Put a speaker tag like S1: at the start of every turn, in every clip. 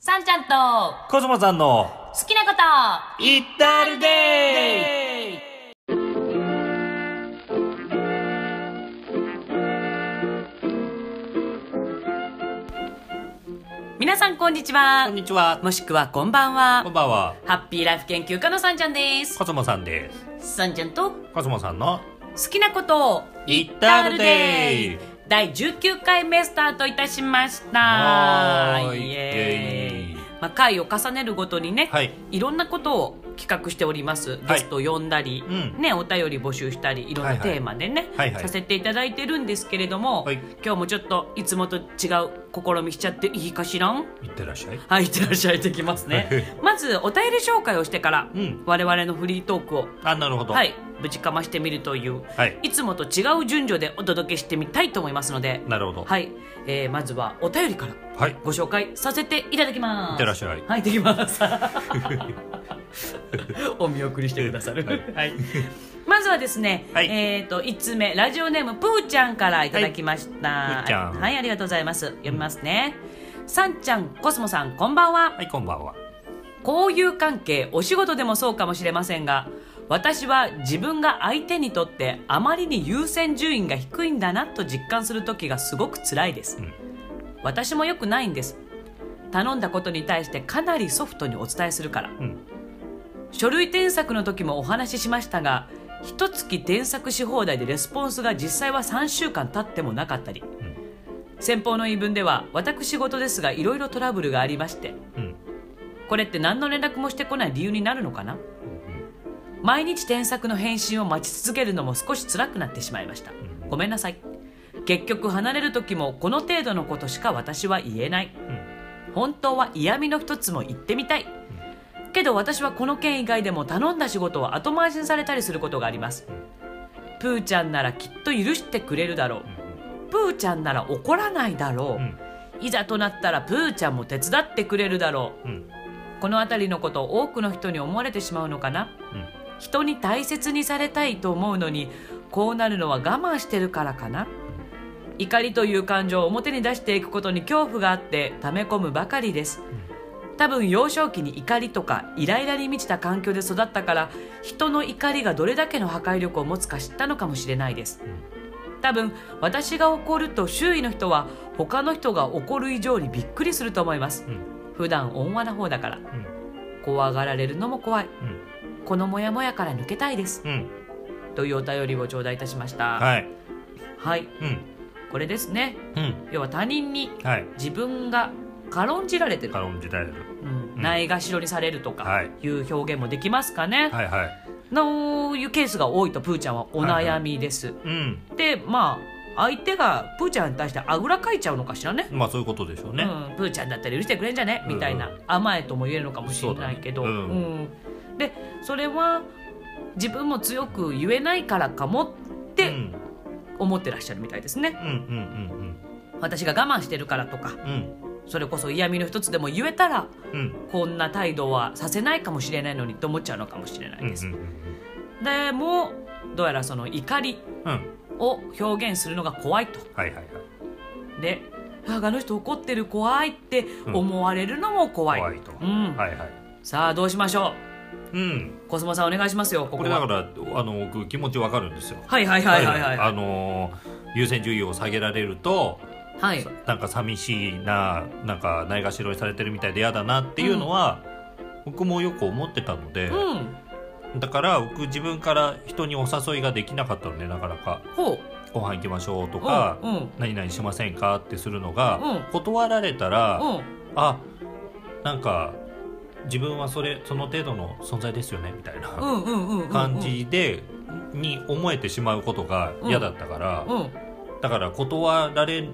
S1: さんちゃんと
S2: コスモさんの
S1: 好きなこと
S2: イッタールデイ
S1: 皆さんこんにちは
S2: こんにちは。
S1: もしくはこんばんは
S2: こんばんは。
S1: ハッピーライフ研究家のさんちゃんです
S2: コスモさんです。
S1: さんちゃんと好
S2: コスモさんの
S1: きなことを
S2: イッ
S1: ダールデイ第19回目スタートいたしました
S2: はーい
S1: イ
S2: イエー
S1: エーイ
S2: イ
S1: まあ、回を重ねるごとにね、
S2: はい、
S1: ろんなことを企画しておりますゲストを呼んだり、
S2: うん
S1: ね、お便り募集したりいろん
S2: は
S1: ない
S2: はい
S1: テーマでね、
S2: はいはい
S1: させていただいてるんですけれども、
S2: はい
S1: 今日もちょっといつもと違う試みしちゃっていいかしらん
S2: いってらっしゃい。
S1: はい、いってらっしゃいできます ねまずお便り紹介をしてから、
S2: うん
S1: 我々のフリートークを
S2: あ、なるほど。
S1: はい。ぶちかましてみるという、
S2: はい
S1: いつもと違う順序でお届けしてみたいと思いますので
S2: なるほど。
S1: はい、えー、まずはお便りから
S2: はい。い
S1: ご紹介させていただきます
S2: ってらっしゃい。
S1: はいできます お見送りしてくださるはい、 まずはですね、
S2: はい
S1: えっ、と1つ目ラジオネームぷーちゃんからいただきました、
S2: いぷーちゃん
S1: はいありがとうございます読みますね、さんちゃんコスモさんこんばんは
S2: はい、こんばんは。
S1: 交友関係お仕事でもそうかもしれませんが私は自分が相手にとってあまりに優先順位が低いんだなと実感する時がすごく辛いです、
S2: うん
S1: 私もよくないんです頼んだことに対してかなりソフトにお伝えするから、
S2: ん
S1: 書類添削の時もお話ししましたが一月添削し放題でレスポンスが実際は3週間経ってもなかったり、先方の言い分では私事ですがいろいろトラブルがありまして
S2: うん。
S1: これって何の連絡もしてこない理由になるのかな毎日添削の返信を待ち続けるのも少し辛くなってしまいましたごめんなさい結局離れる時もこの程度のことしか私は言えない本当は嫌味の一つも言ってみたいけど私はこの件以外でも頼んだ仕事を後回しにされたりすることがありますプーちゃんならきっと許してくれるだろうプーちゃんなら怒らないだろ
S2: うん
S1: ういざとなったらプーちゃんも手伝ってくれるだろう
S2: うん。
S1: この辺りのことを多くの人に思われてしまうのかな
S2: うん。
S1: 人に大切にされたいと思うのにこうなるのは我慢してるからかな怒りという感情を表に出していくことに恐怖があって溜め込むばかりです多分幼少期に怒りとかイライラに満ちた環境で育ったから人の怒りがどれだけの破壊力を持つか知ったのかもしれないです多分私が怒ると周囲の人は他の人が怒る以上にびっくりすると思います
S2: うん。
S1: 普段温和な方だから
S2: うん。
S1: 怖がられるのも怖い
S2: うん。
S1: このモヤモヤから抜けたいです
S2: うん。
S1: というお便りを頂戴いたしましたはい、
S2: はい。うん。
S1: これですね
S2: うん。
S1: 要は他人に
S2: はい。
S1: 自分が軽んじられてる、
S2: 軽んじられる。
S1: うん
S2: うん
S1: ないがしろにされるとか
S2: はい
S1: いう表現もできますかね、
S2: はいはい。
S1: のいうケースが多いとプーちゃんはお悩みです、
S2: うん。
S1: でまあ相手がプーちゃんに対してあぐらかいちゃうのかしらね
S2: まあそういうことでしょうね。
S1: うん、プーちゃんだったら許してくれんじゃねみたいな、
S2: うん
S1: 甘えとも言えるのかもしれないけど
S2: そうだねう
S1: うんでそれは自分も強く言えないからかもっ
S2: う
S1: て
S2: ん
S1: 思ってらっしゃるみたいですね、
S2: うんうん
S1: 私が我慢してるからとか
S2: うんうん
S1: それこそ嫌味の一つでも言えたら
S2: うん
S1: こんな態度はさせないかもしれないのにと思っちゃうのかもしれな
S2: うん
S1: いです、でもどうやらその怒り
S2: うん
S1: を表現するのが怖いと
S2: はいはいはい
S1: でああの人怒ってる怖いって思われるのも怖い、
S2: 怖いと
S1: うん
S2: はいはい
S1: さあどうしましょ
S2: うん
S1: うコスモさんお願いしますよここ
S2: こ
S1: は
S2: れだからあの僕気持ちわかるんですよ
S1: はいはいはいはいはい
S2: あの優先順位を下げられると
S1: はい
S2: なんか寂しいななんかないがしろにされてるみたいで嫌だなっていうのは僕もよく思ってたので
S1: うん
S2: だから僕自分から人にお誘いができなかったのでなかなか
S1: ほ
S2: ご飯行きましょうと
S1: う
S2: か
S1: うんうん
S2: 何々しませんかってするのが
S1: うん
S2: 断られたら
S1: うん
S2: あなんか自分はそれその程度の存在ですよねみたいな
S1: うんうんうんうん
S2: 感じで、に思えてしまうことが嫌だったから、
S1: うん
S2: だから断られ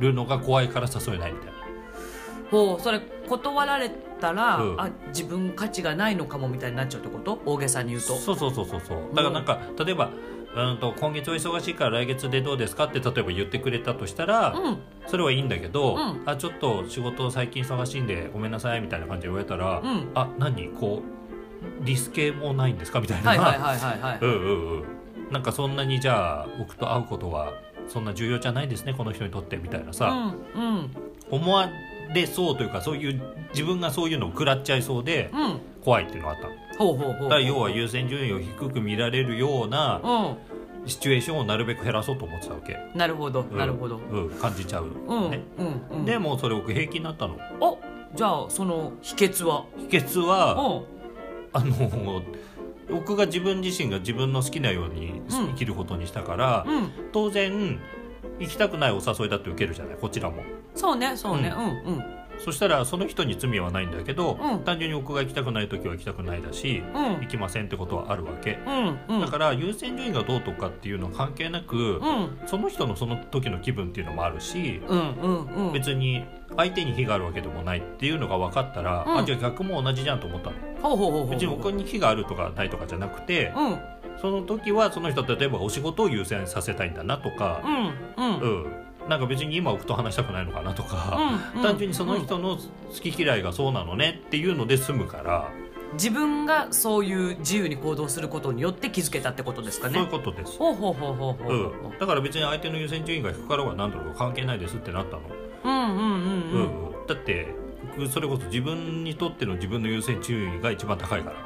S2: るのが怖いから誘えないみたい
S1: ほうそれ断られたら、
S2: うん
S1: あ自分価値がないのかもみたいになっちゃうってこと大げさに言う
S2: な
S1: と
S2: そうそうそうそうそうだからなんか、例えばうんと今月お忙しいから来月でどうですかって例えば言ってくれたとしたら、
S1: うん
S2: それはいいんだけど、
S1: うん
S2: あちょっと仕事最近忙しいんでごめんなさいみたいな感じで言われたら、
S1: うん
S2: あ何こうリスケもないんですかみたいな、
S1: はいはいはいはいはい、
S2: うんうんうんなんかそんなにじゃあ僕と会うことはそんな重要じゃないですねこの人にとってみたいな
S1: う
S2: さ、
S1: んうん
S2: 思われそうというかそういう自分がそういうのを食らっちゃいそうで
S1: うん
S2: 怖いっていうのがあったの
S1: ほうほうほう
S2: だから要は優先順位を低く見られるような
S1: う
S2: シチュエーションをなるべく減らそうと思ってたわけ、
S1: んなるほど
S2: うん
S1: なるほど
S2: うん、感じちゃう、
S1: うん
S2: ね
S1: うんうん
S2: でもうそれ僕平気になったの
S1: おじゃあその秘訣は
S2: 秘訣は
S1: う
S2: あの僕が自分自身が自分の好きなように生きることにしたから、
S1: んうん
S2: 当然行きたくないお誘いだって受けるじゃないこちらも
S1: そうねそうね
S2: う
S1: うん
S2: そしたらその人に罪はないんだけど、
S1: うん
S2: 単純に僕が行きたくない時は行きたくないだし、
S1: うんうん
S2: 行きませんってことはあるわけ、
S1: うんうん
S2: だから優先順位がどうとかっていうのは関係なく、
S1: うん
S2: その人のその時の気分っていうのもあるし、
S1: うんうんうん
S2: 別に相手に非があるわけでもないっていうのが分かったら、
S1: うん
S2: あじゃあ逆も同じじゃんと思ったの
S1: ほうほうほうほう
S2: 別に僕に非があるとかないとかじゃなくて、
S1: うんうん
S2: その時はその人例えばお仕事を優先させたいんだなとか、
S1: うん
S2: うんなんか別に今僕と話したくないのかなとか、
S1: うん
S2: 単純にその人の好き嫌いがそうなのねっていうので済むから、
S1: 自分がそういう自由に行動することによって気づけたってことですか
S2: そういう
S1: ね
S2: ことです。
S1: ほうほうほうほうほう
S2: う、
S1: ほうん
S2: だから別に相手の優先順位が低かろうが何だろうが関係ないですってなったの、
S1: うんうんうん
S2: う
S1: うん
S2: んうんだって僕それこそ自分にとっての自分の優先順位が一番高いから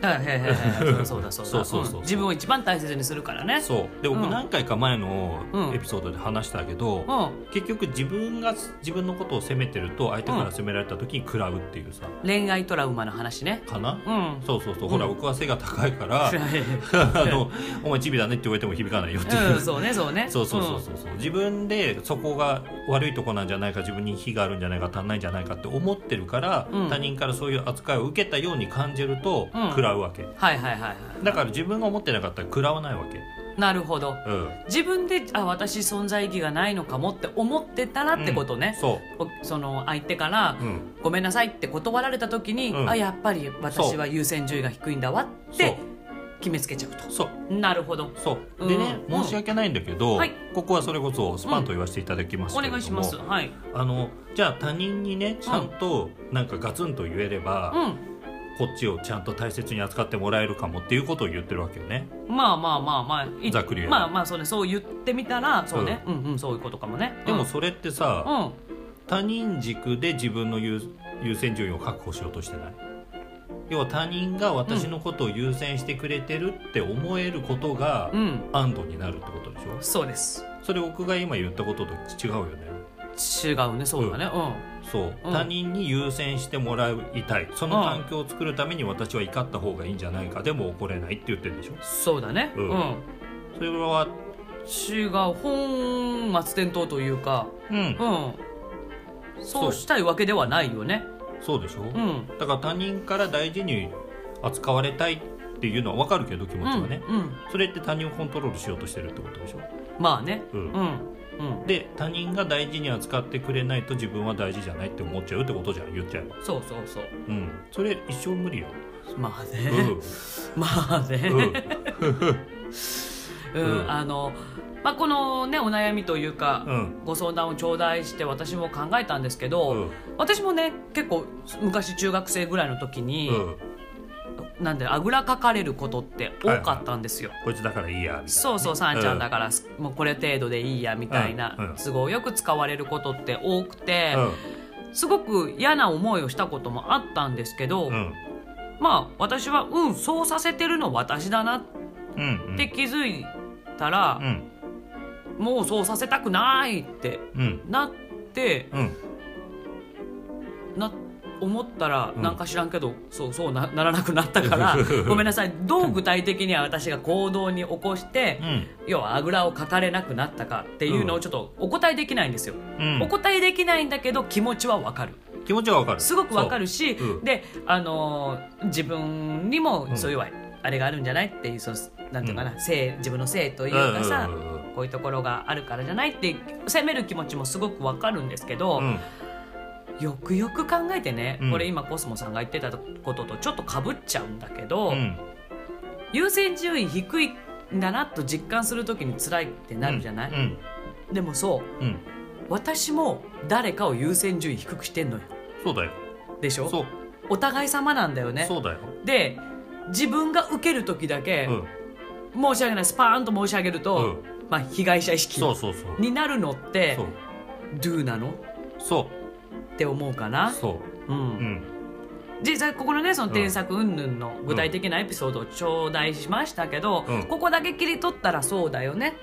S1: だからへーへーへーそうだそうだ
S2: そうそうそうそうん
S1: 自分を一番大切にするからね
S2: そうで僕
S1: うん
S2: 何回か前の
S1: うん
S2: エピソードで話したけど、
S1: うん
S2: 結局自分が自分のことを責めてると相手から責められた時に食らうっていうさ、
S1: 恋愛トラウマの話ね
S2: かな、
S1: うん
S2: そうそうそう、
S1: ん
S2: ほら僕は背が高いから あの「お前チビだね」って言われても響かないよっていう、
S1: うんそうねそうね
S2: そうそうそうそうそう自分でそこが悪いとこなんじゃないか自分に非があるんじゃないか足んないんじゃないかって思ってるから、
S1: うん
S2: 他人からそういう扱いを受けたように感じると
S1: うん
S2: 食らうわけ、
S1: うんはいはいはいは
S2: だから自分が思ってなかったら食らわないわけ、
S1: いなるほど
S2: うん、
S1: 自分であ私存在意義がないのかもって思ってたらってことね、
S2: そ
S1: おその相手から
S2: う、うん、
S1: ごめんなさいって断られた時に、
S2: うん
S1: あやっぱり私は優先順位が低いんだわっ
S2: そう
S1: て決めつけちゃうと
S2: そう
S1: なるほど
S2: そうでね、
S1: うん
S2: 申し訳ないんだけど、
S1: はい
S2: ここはそれこそスパンと言わせていただきます
S1: お
S2: けれど
S1: 願
S2: も、
S1: いしますはい
S2: あのじゃあ他人にねちゃんとなんかガツンと言えれば、
S1: う
S2: こっちをちゃんと大切に扱ってもらえるかもっていうことを言ってるわけよね
S1: んまあまあまあまあい
S2: ざっくり言えば
S1: まあまあそうねそう言ってみたらそうね、うん、うんそういうことかもね
S2: でも
S1: うん
S2: それってさ、
S1: うん
S2: 他人軸で自分の優優先順位を確保しようとしてない要は他人が私のことを優先してくれてるって思えることが
S1: うん
S2: 安堵になるってことでしょ
S1: そうです
S2: それ僕が今言ったことと違うよね
S1: 違うねそうだねうん、
S2: そう、
S1: うん
S2: 他人に優先してもらいたいその環境を作るために私は怒った方がいいんじゃないかでも怒れないって言ってるでしょ
S1: そうだね
S2: う
S1: うんん、
S2: それは
S1: 違う本末転倒というか
S2: うん
S1: うん
S2: そ
S1: そううしたいわけではないよね
S2: そうでしょ、
S1: うん
S2: だから他人から大事に扱われたいっていうのは分かるけど気持
S1: う
S2: ち
S1: ん
S2: はね、
S1: うん
S2: それって他人をコントロールしようとしてるってことでしょ
S1: まあね
S2: う
S1: うんんうん
S2: で他人が大事に扱ってくれないと自分は大事じゃないって思っちゃうってことじゃん言っちゃえば
S1: そうそうそう
S2: うんそれ一生無理よ
S1: まあ
S2: う
S1: ね、
S2: ん
S1: まあね、
S2: うん
S1: うん
S2: うん
S1: あの、まあ、このねお悩みというか、
S2: うん
S1: ご相談を頂戴して私も考えたんですけど、
S2: うん
S1: 私もね結構昔中学生ぐらいの時に、
S2: うん
S1: なんであぐらかかれることって多かったんですよ、
S2: こいつだからいいやみたいな
S1: そうそうさんちゃんだから、もうこれ程度でいいやみたいな、
S2: うんうん
S1: 都合よく使われることって多くて、
S2: う
S1: すごく嫌な思いをしたこともあったんですけど、
S2: んうん
S1: まあ私はうんそうさせてるの私だなっ
S2: うんうん
S1: て気づいたら
S2: う、ん
S1: もうそうさせたくないって
S2: うん
S1: なって
S2: うん
S1: な思ったら、
S2: うん
S1: なんか知らんけどそうそうなならなくなったから ごめんなさいどう具体的には私が行動に起こして、
S2: うん
S1: 要はあぐらをかかれなくなったかっていうの
S2: う
S1: をちょっとお答えできないんですよ、
S2: うん
S1: お答えできないんだけど気持ちはわかる
S2: 気持ちはわかる
S1: すごくわかるし、
S2: そううん
S1: であのー自分にもそういうあれがあるんじゃないっていうそのなんていうのかな、性自分の性というかさ、
S2: うんうんうん
S1: こういうところがあるからじゃないって責める気持ちもすごくわかるんですけど、
S2: うん
S1: よくよく考えてね、
S2: うん
S1: これ今コスモさんが言ってたこととちょっとかぶっちゃうんだけど、
S2: うん
S1: 優先順位低いんだなと実感するときに辛いってなるじゃない、
S2: うん
S1: でもそう
S2: うんうん
S1: 私も誰かを優先順位低くしてんのよ
S2: そうだよ
S1: でしょ
S2: そう
S1: お互い様なんだよね
S2: そうだよ
S1: で自分が受ける時だけ、
S2: うん
S1: 申し訳ないスパーンと申し上げると、まあ、被害者意識
S2: そうそうそう
S1: になるのって
S2: そう
S1: ドゥなの
S2: そ
S1: って思うかな
S2: そうううんん
S1: 実際ここのねその添削云々の具体的なエピソードを頂戴しましたけど、
S2: うん
S1: ここだけ切り取ったらそうだよね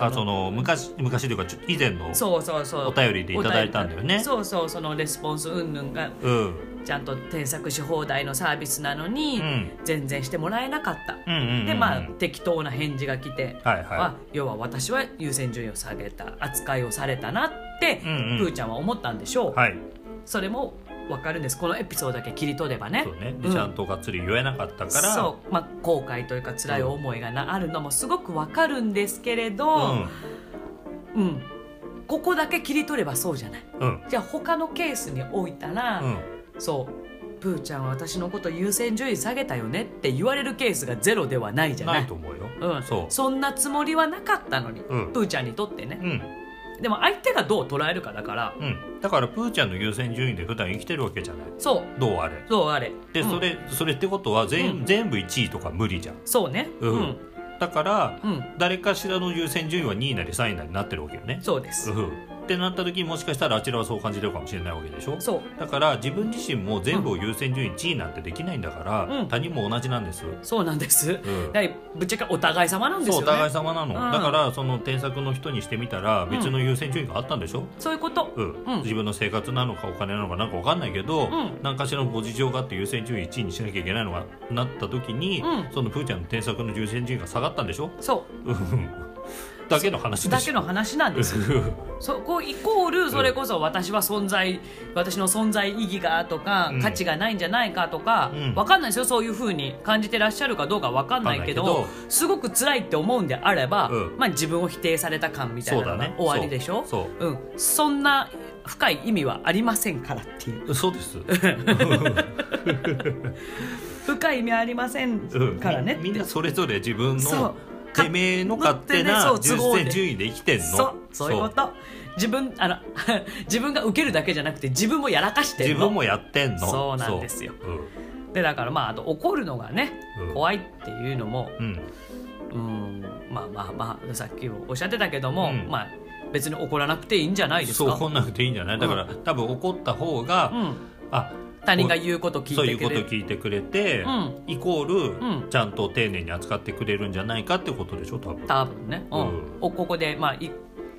S2: あその昔昔というかちょ以前の
S1: そうそうそう
S2: お便りでいただいたんだよね
S1: お便りそうそうそのレスポンス云々が
S2: うん
S1: ちゃんと添削し放題のサービスなのに、
S2: うん
S1: 全然してもらえなかった、
S2: うんうんうんうん
S1: でまあ適当な返事が来て、
S2: はいはい
S1: あ要は私は優先順位を下げた扱いをされたなって、
S2: うんうん
S1: プーちゃんは思ったんでしょう、
S2: はい
S1: それも分かるんですこのエピソードだけ切り取ればね
S2: そうね
S1: う
S2: で
S1: ん
S2: ちゃんとがっつり言えなかったから
S1: そうまあ、後悔というか辛い思いがなあるのもすごく分かるんですけれど、うんここだけ切り取ればそうじゃない
S2: うんうん
S1: じゃあ他のケースにおいたら、
S2: うん
S1: そうプーちゃんは私のこと優先順位下げたよねって言われるケースがゼロではないじゃない
S2: ないと思うよ
S1: うん、
S2: そ
S1: んなつもりはなかったのに、
S2: うん
S1: プーちゃんにとって
S2: うう
S1: ね、
S2: ん
S1: でも相手がどう捉えるかだから
S2: うんだからプーちゃんの優先順位で普段生きてるわけじゃない
S1: そう
S2: どうあれ
S1: そうあれ
S2: で
S1: うん
S2: それそれってことは
S1: う
S2: 全
S1: ん
S2: 全部1位とか無理じゃん
S1: そうね
S2: う
S1: うんん、
S2: だから
S1: うん
S2: 誰かしらの優先順位は2位なり3位なりになってるわけよね
S1: そうです、
S2: うんってなった時もしかしたらあちらはそう感じてるかもしれないわけでしょ
S1: そう
S2: だから自分自身も全部を優先順位1位なんてできないんだから、
S1: うん
S2: 他人も同じなんです、
S1: そうなんです、
S2: ん
S1: だいぶっちゃけお互い様なんです
S2: そう
S1: よ
S2: お
S1: ね
S2: 互い様なの、
S1: うん
S2: だからその添削の人にしてみたら別の優先順位があったんでしょ、
S1: そういうこと、
S2: うん
S1: うん
S2: 自分の生活なのかお金なのかなんかわかんないけど、
S1: ん
S2: 何かしらのご事情があって優先順位1位にしなきゃいけないのがなった時に、
S1: うん
S2: そのプーちゃんの添削の優先順位が下がったんでしょ
S1: そ
S2: うんだけの話
S1: う
S2: で
S1: だ
S2: し
S1: け
S2: ょ
S1: の話なんですそこイコールそれこそ私は存在、私の存在意義がとか、
S2: うん
S1: 価値がないんじゃないかとか、
S2: うん
S1: わかんないですよそういうふうに感じてらっしゃるかどうかわかんないけど
S2: わかんないけ
S1: すごく辛いって思うんであれば、
S2: うん
S1: まあ、自分を否定された感みたいな
S2: そ
S1: の
S2: うだね
S1: が終わりでしょ
S2: そう
S1: うん、そんな深い意味はありませんからっていう
S2: そうです
S1: 深い意味ありません
S2: うん
S1: からねって、
S2: みみんなそれぞれ自分
S1: そう
S2: のてめえの勝手な
S1: 勝手
S2: 優
S1: ねそう都合で
S2: 先順位で生きてんの
S1: そうそういうこと自分あの 自分が受けるだけじゃなくて自分もやらかしてる
S2: 自分もやってんの
S1: そうなんですよ
S2: そう
S1: でだからまああと怒るのがね、
S2: うん
S1: 怖いっていうのも
S2: うん、うん
S1: うんまあまあまあさっきもおっしゃってたけども、
S2: うん
S1: まあ別に怒らなくていいんじゃないです
S2: そう
S1: か
S2: 怒んなくていいんじゃないだから、多分怒った方が、
S1: うん、
S2: あ
S1: 他人が言うこと聞
S2: そうい
S1: いうて
S2: こ
S1: く
S2: と
S1: れる
S2: 聞いてくれて、
S1: うん
S2: イコール、
S1: うん
S2: ちゃんと丁寧に扱ってくれるんじゃないかってことでしょ多分
S1: 多分ね、うん
S2: うん
S1: おここで、まあ、い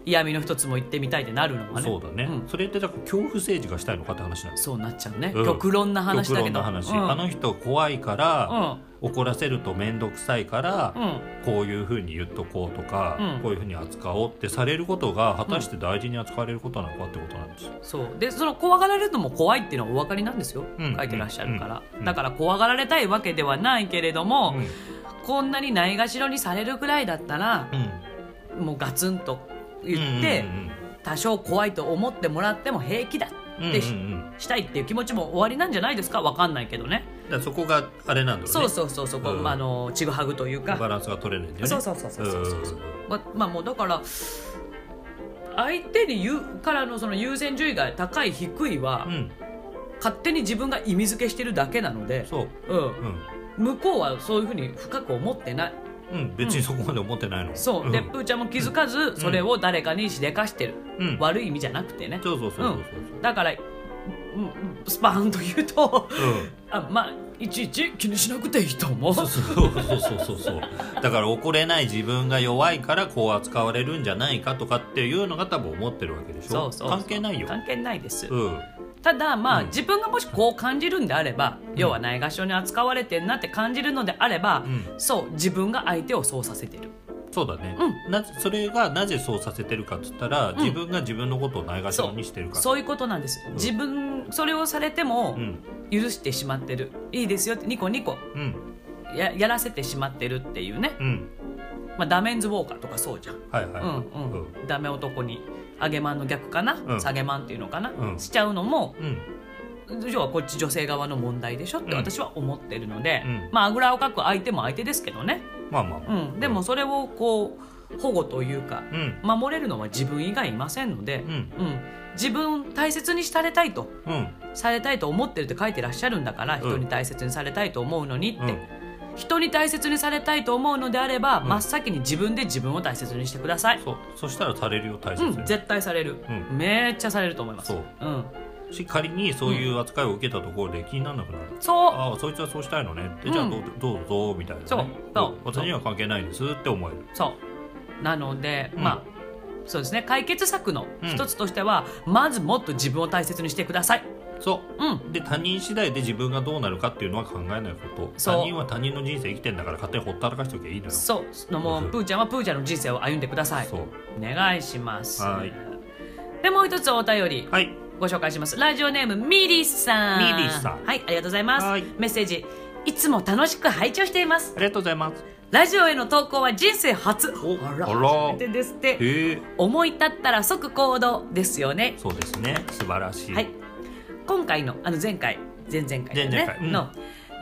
S1: 嫌味の一つも言ってみたいってなるのはね
S2: そうだね、
S1: ん
S2: それってだから恐怖政治がしたいのかって話なんです
S1: そうなっちゃうね、
S2: うん
S1: 極論な話
S2: 極
S1: だけ
S2: 論
S1: ど
S2: の話、
S1: うん
S2: あの人怖いから、怒らせると面倒くさいから、
S1: うんうん
S2: こういうふうに言っとこうとか、
S1: うん
S2: こういうふうに扱おうってされることが果たして大事に扱われることなのかってことなんですよ。
S1: そうでその怖がられるのも怖いっていうのはお分かりなんですよ、
S2: うん
S1: 書いてらっしゃるから、
S2: うんうん
S1: だから怖がられたいわけではないけれども、
S2: うん
S1: こんなにないがしろにされるくらいだったら
S2: う、ん
S1: もうガツンと言って、
S2: うんうん
S1: 多少怖いと思ってもらっても平気だ
S2: うん
S1: ってし,、
S2: うんうんうん
S1: たいっていう気持ちも終わりなんじゃないですかわかんないけどね
S2: だからそこがあれなんだろうね
S1: そうそうそうそう、こう
S2: うん
S1: まああのちぐはぐという
S2: バ
S1: か、
S2: ランスが取れないんだよね。
S1: そうそうそうそうそうそう
S2: うん
S1: ままあもうだから相手に言うからのその優先順位が高い低いは、
S2: うん、
S1: 勝手に自分が意味付けしてるだけなので、
S2: そう、
S1: うん
S2: うん
S1: 向こうはそういうふうに深く思ってない
S2: うん、別にそこまで思ってないの。
S1: そう、
S2: ん
S1: でプーちゃんも気づかずそれを誰かにしでかしてる、
S2: うん
S1: 悪い意味じゃなくてね
S2: そうそうそうそう
S1: だからうんうんスパーンと言うと
S2: そう。うん
S1: あまあいちいち気にしなくていいと思う
S2: そうそうそうそうそうだから怒れない自分が弱いからこう扱われるんじゃないかとかっていうのが多分思ってるわけでしょ
S1: そうそう
S2: 関係ないよ、
S1: 関係ないです、
S2: うん、
S1: ただまあ、
S2: うん
S1: 自分がもしこう感じるんであれば、要はないがしろに扱われてんなって感じるのであれば、
S2: うん
S1: そう自分が相手をそうさせてる
S2: そうだね、
S1: う
S2: なそれがなぜそうさせてるかっつったら、自分が自分のことをないがしろにしてるから
S1: そういうことなんです、自分それをされても
S2: うん
S1: 許してしまってる、いいですよってニコニコ
S2: うん
S1: ややらせてしまってるっていうね、
S2: うん
S1: まあ、ダメンズウォーカーとかそうじゃん、
S2: はいはい、
S1: うんうんダメ男に上げまんの逆かな、
S2: うん
S1: 下げまんっていうのかな、
S2: うん
S1: しちゃうのも
S2: うん
S1: 要はこっち女性側の問題でしょって私は思ってるので、
S2: うん
S1: まああぐらをかく相手も相手ですけどね、
S2: まあまあま
S1: う
S2: あ、
S1: ん、でもそれをこう保護というか
S2: うん
S1: 守れるのは自分以外いませんので、
S2: うん
S1: うん自分を大切にされたいと
S2: うん
S1: されたいと思ってるって書いてらっしゃるんだから、
S2: ん
S1: 人に大切にされたいと思うのにって、
S2: うん
S1: 人に大切にされたいと思うのであれば、
S2: ん
S1: 真っ先に自分で自分を大切にしてください
S2: そうそしたらされるよ大切
S1: う
S2: に、
S1: ん絶対される、
S2: う
S1: めっちゃされると思います
S2: そう
S1: うん
S2: し仮にそういう扱いを受けたところで気にならなくなる、
S1: そう
S2: ああそいつはそうしたいのねってじゃあどう,、どうぞみたいな、ね、
S1: そうそう
S2: 私には関係ないですって思える
S1: そうなので、
S2: うん
S1: まあそうですね解決策の一つとしては、まずもっと自分を大切にしてください
S2: そ
S1: うん
S2: うで他人次第で自分がどうなるかっていうのは考えないこと
S1: そう
S2: 他人は他人の人生生きてんだから勝手にほったらかしておけばいいのよ
S1: そうのも
S2: う
S1: うんプーちゃんはプーちゃんの人生を歩んでください
S2: そう
S1: お願いします
S2: はい
S1: でもう一つお便り
S2: はい
S1: ご紹介しますラジオネームミリさん
S2: ミリさん
S1: はいありがとうございます
S2: はい
S1: メッセージいつも楽しく拝聴しています
S2: ありがとうございます
S1: ラジオへの投稿は人生初
S2: お
S1: あら
S2: あら
S1: 初めてですって
S2: へえ
S1: 思い立ったら即行動ですよね
S2: そうですね素晴らしい、
S1: はい今回のあの前回前々回,、ね
S2: 前々回うん
S1: の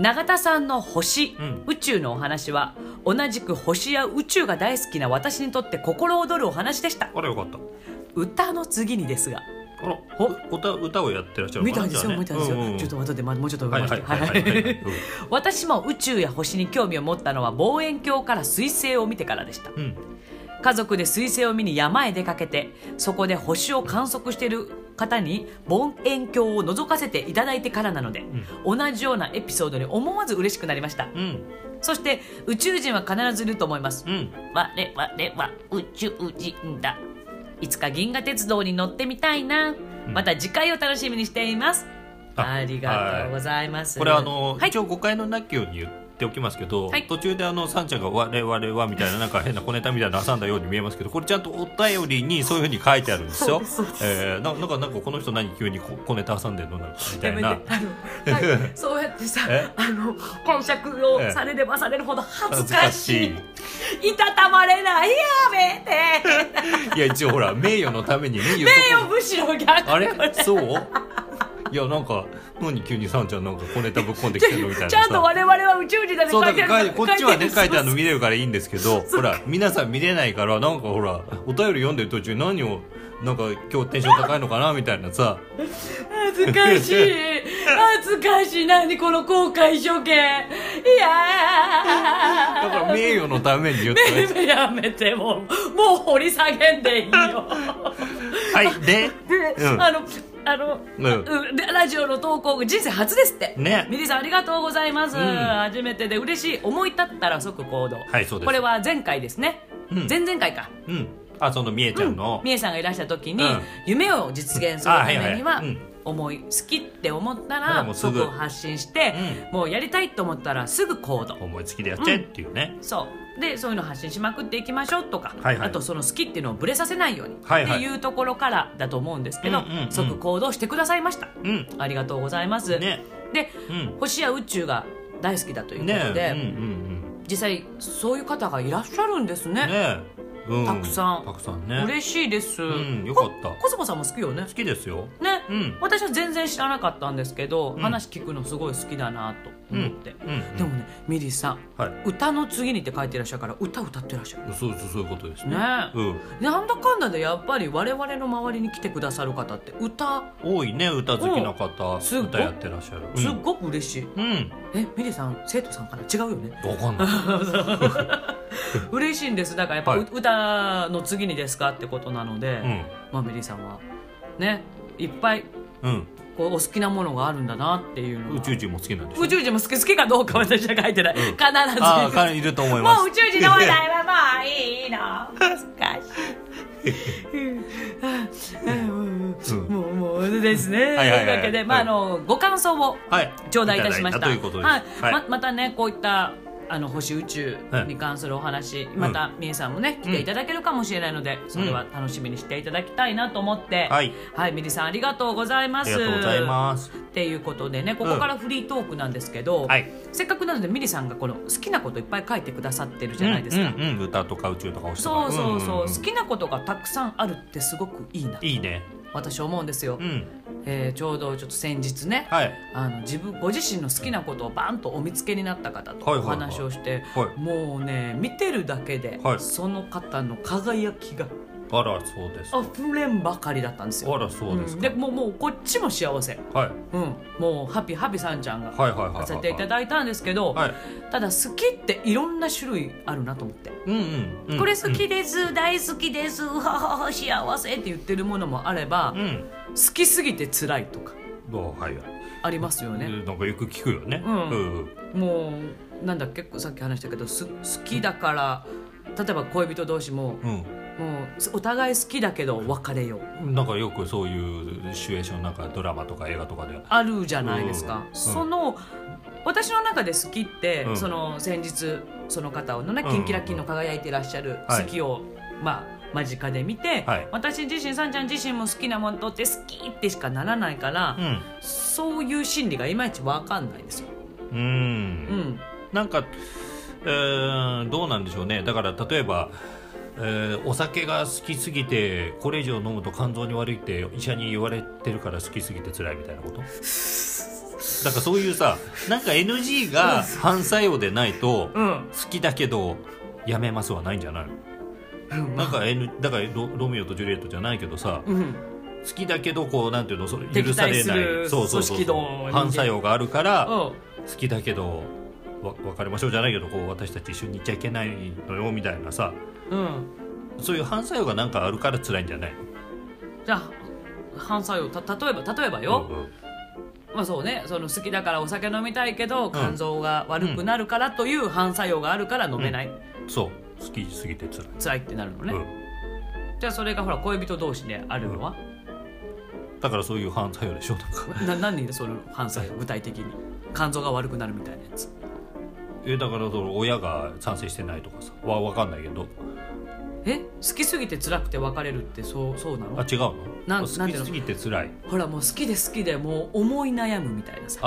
S1: 永田さんの星、
S2: うん
S1: 宇宙のお話は同じく星や宇宙が大好きな私にとって心躍るお話でした
S2: あらよかった
S1: 歌の次にですが
S2: あら
S1: お
S2: お歌歌をやってらっしゃる
S1: 見たんですよ
S2: じゃあね
S1: 見たんですよ、
S2: ううん
S1: ちょっと待ってまもうちょっと
S2: は
S1: 待
S2: い
S1: って
S2: はいはいはいはい
S1: 私も宇宙や星に興味を持ったのは望遠鏡から彗星を見てからでした
S2: うん
S1: 家族で彗星を見に山へ出かけてそこで星を観測している方に望遠鏡を覗かせていただいてからなので、同じようなエピソードに思わず嬉しくなりました
S2: うんうん
S1: そして宇宙人は必ずいると思います
S2: うん
S1: 我々は宇宙人だいつか銀河鉄道に乗ってみたいな、また次回を楽しみにしています
S2: あ
S1: ありがとうございます、
S2: これあの、
S1: はい
S2: 一応誤解のなきように言っておきますけど、
S1: はい
S2: 途中であのさんちゃんが「我々は」みたいななんか変な小ネタみたいなの挟んだように見えま すけどこれちゃんとお便りにそういうふうに書いてあるんですよ。
S1: そうですそう
S2: えーななんかなんかこの人何急に小小ネタ挟んでるのなんかみた
S1: や
S2: い
S1: めてあ
S2: な
S1: の、はい、そうやってさ
S2: え
S1: あの解釈を
S2: え
S1: されればされるほど恥
S2: 恥
S1: ず
S2: ず
S1: か
S2: か
S1: し
S2: し
S1: い
S2: い。
S1: いたたまれないやめて
S2: いや一応ほ ら名誉のために名誉
S1: 名誉むしろ逆
S2: あれそういやなんか何急にさんちゃんなんか小ネタぶっ込んできてるのみたいな
S1: ちゃんと我々は宇宙人だね
S2: そ
S1: 書
S2: うだ
S1: いて
S2: か
S1: ある
S2: ら書いてこっちはね書いてある
S1: そう
S2: の見れるからいいんですけどほら皆さん見れないからなんかほらお便り読んでる途中何をなんか今日テンション高いのかなみたいなさ
S1: 恥ずか しい恥ずかしい何この後悔処刑いや
S2: だから名誉のために言って ます
S1: ー やめてもうもう掘り下げんでいいよ
S2: はいで
S1: で、
S2: うん
S1: あのあの、
S2: うん
S1: うんでラジオの投稿人生初ですって
S2: ね
S1: ミリさんありがとうございます、
S2: うん
S1: 初めてで嬉しい思い立ったら即行動
S2: はいそうです
S1: これは前回ですね、
S2: うん
S1: 前々回か
S2: うんあそのみえちゃんの、
S1: みえさんがいらした時に、
S2: うん
S1: 夢を実現する
S2: あ
S1: た
S2: はいはい
S1: めには
S2: うん
S1: 思い好きって思った
S2: ほら
S1: ら
S2: もうすぐ
S1: 即発信して、もうやりたいと思ったらすぐ行動
S2: 思いつきでやっちゃえっていうね、
S1: そうでそういうの発信しまくっていきましょうとか、
S2: はいはい
S1: あとその好きっていうのをブレさせないようにって
S2: はいはい
S1: いうところからだと思うんですけど、
S2: うんうんうん
S1: 即行動してくださいました
S2: うん
S1: ありがとうございます、
S2: ね
S1: で
S2: うん
S1: 星や宇宙が大好きだというこ
S2: ね
S1: とで、
S2: うんうん
S1: 実際そういう方がいらっしゃるんです
S2: う
S1: ね
S2: んねうん
S1: たくさん
S2: たくさんね
S1: 嬉しいです、
S2: うんよかった
S1: コスモさんも好きよね
S2: 好きですよ
S1: ね、
S2: うん
S1: 私は全然知らなかったんですけど、
S2: ん
S1: 話聞くのすごい好きだなと思って、
S2: うんうん
S1: でもねミリーさん
S2: はい
S1: 歌の次にって書いてらっしゃるから歌歌ってらっしゃる
S2: そうそうそういうことですね
S1: ね
S2: うん
S1: なんだかんだでやっぱり我々の周りに来てくださる方って歌
S2: 多いね歌好きな方
S1: すごい
S2: 歌やってらっしゃる
S1: すっごく嬉しい、
S2: うん、うん
S1: えミリーさん生徒さんかな違うよね
S2: わかんない。
S1: 嬉しいんですだからやっぱ、
S2: はいう
S1: 歌の次にですかってことなので、
S2: うん。
S1: まあ、メリーさんはねいっぱい
S2: うん。
S1: こうお好きなものがあるんだなっていうのは
S2: 宇宙人も好きなんでしょ
S1: 宇宙人も好き好きかどうか私は書いてない、必ず
S2: ああ、彼いると思います。
S1: もう宇宙人の話題はまあいいの難 しいうん
S2: うん
S1: もうもうですね
S2: はいはいはい
S1: というわけで、まあ、あのご感想を
S2: はい。
S1: 頂戴いたしました
S2: だということです。
S1: はい
S2: はい
S1: ままたねこういったあの星宇宙に関するお話、またみえさんもね来ていただけるかもしれないので、それは楽しみにしていただきたいなと思って、
S2: はい、
S1: みりさんありがとうございま
S2: あり
S1: す
S2: がとうございます。
S1: っていうことでねここからフリートークなんですけど、
S2: はい
S1: せっかくなのでミリさんがこの好きなこといっぱい書いてくださってるじ
S2: うん
S1: ゃないですか、
S2: うんうん歌とか宇宙とか星と
S1: そ
S2: か。
S1: うそうそう、
S2: んんん
S1: 好きなことがたくさんあるってすごくいいない
S2: いね。
S1: 私思うんですよ、
S2: うん。
S1: えーちょうどちょっと先日ね、
S2: はい。
S1: あの自分ご自身の好きなことをバンとお見つけになった方と
S2: は
S1: お
S2: いはいはい
S1: 話をして、
S2: はい
S1: もうね見てるだけで、
S2: はい
S1: その方の輝きが
S2: あら、そうです。
S1: 溢れんばかりだったんですよ。
S2: あら、そうです
S1: うん
S2: か。
S1: もうもうこっちも幸せ、
S2: はい。
S1: うん、もうハピハピさんちゃんが
S2: はいはいはいはいはい。
S1: させていただいたんですけど、
S2: はい。
S1: ただ好きっていろんな種類あるなと思って。
S2: うんうんうん。
S1: これ好きです、大好きですうははは幸せって言ってるものもあれば、
S2: うん。うん。
S1: 好きすぎて辛いとか
S2: もうはいはい、
S1: ありますよね、
S2: なんかよく聞くよね、
S1: うんもうなんだっけさっき話したけどす好きだから例えば恋人同士も、
S2: うん
S1: もうすお互い好きだけど別れよう
S2: うんなんかよくそういうシチュエーションなんかドラマとか映画とかで
S1: あるじゃないですか、
S2: うんうん
S1: その私の中で好きって、
S2: うん
S1: その先日その方のね「キンキラキンの輝いていらっしゃる
S2: はい
S1: 好きを、まあ間近で見て、
S2: はい
S1: 私自身さんちゃん自身も好きなものって好きってしかならないから、
S2: うん
S1: そういう心理がいまいちわかんないですよ。
S2: う
S1: うんん、
S2: なんか、えーどうなんでしょうねだから例えば、えーお酒が好きすぎてこれ以上飲むと肝臓に悪いって医者に言われてるから好きすぎて辛いみたいなことなんかそういうさなんか NG が反作用でないと
S1: う
S2: 好
S1: ん
S2: きだけどやめますはないんじゃないのなんか、N、だからロロミオとジュリエットじゃないけどさ、
S1: うん
S2: 好きだけどこうなんていうのそれ許
S1: 敵
S2: さ
S1: 対
S2: れ
S1: す
S2: ない
S1: る
S2: そうそうそう
S1: 組織の人間
S2: 反作用があるから、
S1: うん
S2: 好きだけどわ別れましょうじゃないけどこう私たち一緒に行っちゃいけないのよみたいなさ
S1: うん、
S2: そういう反作用がなんかあるから辛いんじゃない
S1: じゃあ反作用た例えば例えばよ、
S2: うんうん
S1: まあそうねその好きだからお酒飲みたいけど肝臓が悪くなるからという反作用があるから飲めない、
S2: そう好きすぎて辛い、
S1: 辛いってなるのね、
S2: う
S1: じゃあそれがほら恋人同士であるのは、
S2: ん、だからそういう反作用でしょなんか
S1: な何でその 反作用具体的に肝臓が悪くなるみたいなやつ
S2: えだからその親が賛成してないとかさわわかんないけど
S1: え好きすぎて辛くて別れるってそうそうなの
S2: あ違うの
S1: なんな
S2: 好
S1: んて
S2: き
S1: いうの
S2: すぎて辛い
S1: ほらもう好きで好きでもう思い悩むみたいなさ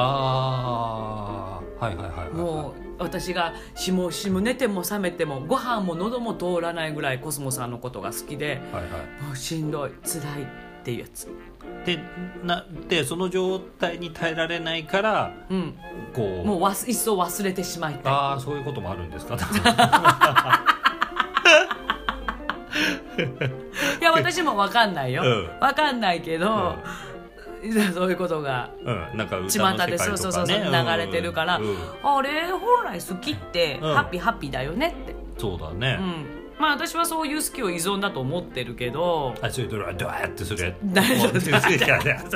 S2: あーはいはいはいはい、はい、
S1: もう私がしもしも寝ても覚めてもご飯も喉も通らないぐらいコスモさんのことが好きで
S2: はいはい
S1: もうしんどい辛いっていうやつ
S2: でなでその状態に耐えられないから
S1: うん
S2: こう
S1: もうわす一層忘れてしまいたい
S2: ああそういうこともあるんですか
S1: いや私も分かんないよ、
S2: うん
S1: 分かんないけど、そういうことが
S2: うん、なんか歌の世界と
S1: 巷
S2: か、ね、
S1: でそうそうそうそう
S2: うん
S1: 流れてるから、
S2: うん
S1: あれ本来好きって
S2: うん
S1: ハッピーハッピーだよねって、
S2: そうだ
S1: うん
S2: ね、
S1: まあ私はそういう好きを依存だと思ってるけど
S2: あそれドラドワーってするやつ
S1: 大丈夫
S2: そうそう